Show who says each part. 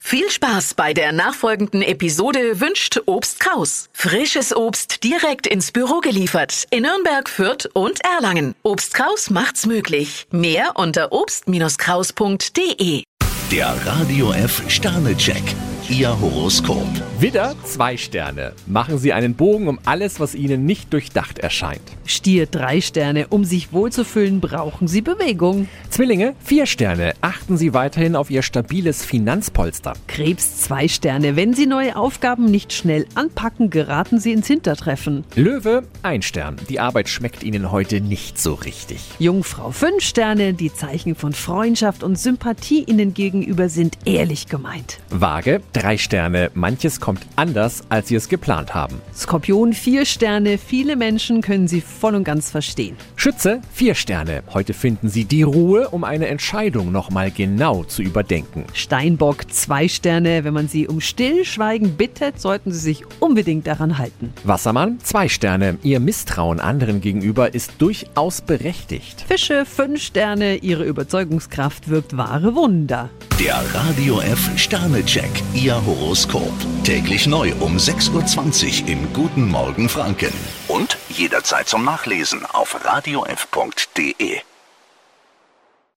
Speaker 1: Viel Spaß bei der nachfolgenden Episode wünscht Obst Kraus. Frisches Obst direkt ins Büro geliefert in Nürnberg, Fürth und Erlangen. Obst Kraus macht's möglich. Mehr unter obst-kraus.de.
Speaker 2: Der Radio F Sternecheck. Ihr Horoskop.
Speaker 3: Widder, zwei Sterne. Machen Sie einen Bogen um alles, was Ihnen nicht durchdacht erscheint.
Speaker 4: Stier drei Sterne. Um sich wohlzufühlen, brauchen Sie Bewegung.
Speaker 3: Zwillinge, vier Sterne. Achten Sie weiterhin auf Ihr stabiles Finanzpolster.
Speaker 4: Krebs zwei Sterne. Wenn Sie neue Aufgaben nicht schnell anpacken, geraten Sie ins Hintertreffen.
Speaker 3: Löwe, ein Stern. Die Arbeit schmeckt Ihnen heute nicht so richtig.
Speaker 4: Jungfrau fünf Sterne. Die Zeichen von Freundschaft und Sympathie Ihnen gegenüber sind ehrlich gemeint.
Speaker 3: Waage, drei Sterne. Manches kommt anders, als Sie es geplant haben.
Speaker 4: Skorpion vier Sterne. Viele Menschen können Sie voll und ganz verstehen.
Speaker 3: Schütze, vier Sterne. Heute finden Sie die Ruhe, um eine Entscheidung nochmal genau zu überdenken.
Speaker 4: Steinbock zwei Sterne. Wenn man Sie um Stillschweigen bittet, sollten Sie sich unbedingt daran halten.
Speaker 3: Wassermann, zwei Sterne. Ihr Misstrauen anderen gegenüber ist durchaus berechtigt.
Speaker 4: Fische fünf Sterne. Ihre Überzeugungskraft wirkt wahre Wunder.
Speaker 2: Der Radio F Sternecheck. Ihr Horoskop. Täglich neu um 6.20 Uhr im Guten Morgen Franken. Und jederzeit zum Nachlesen auf radiof.de.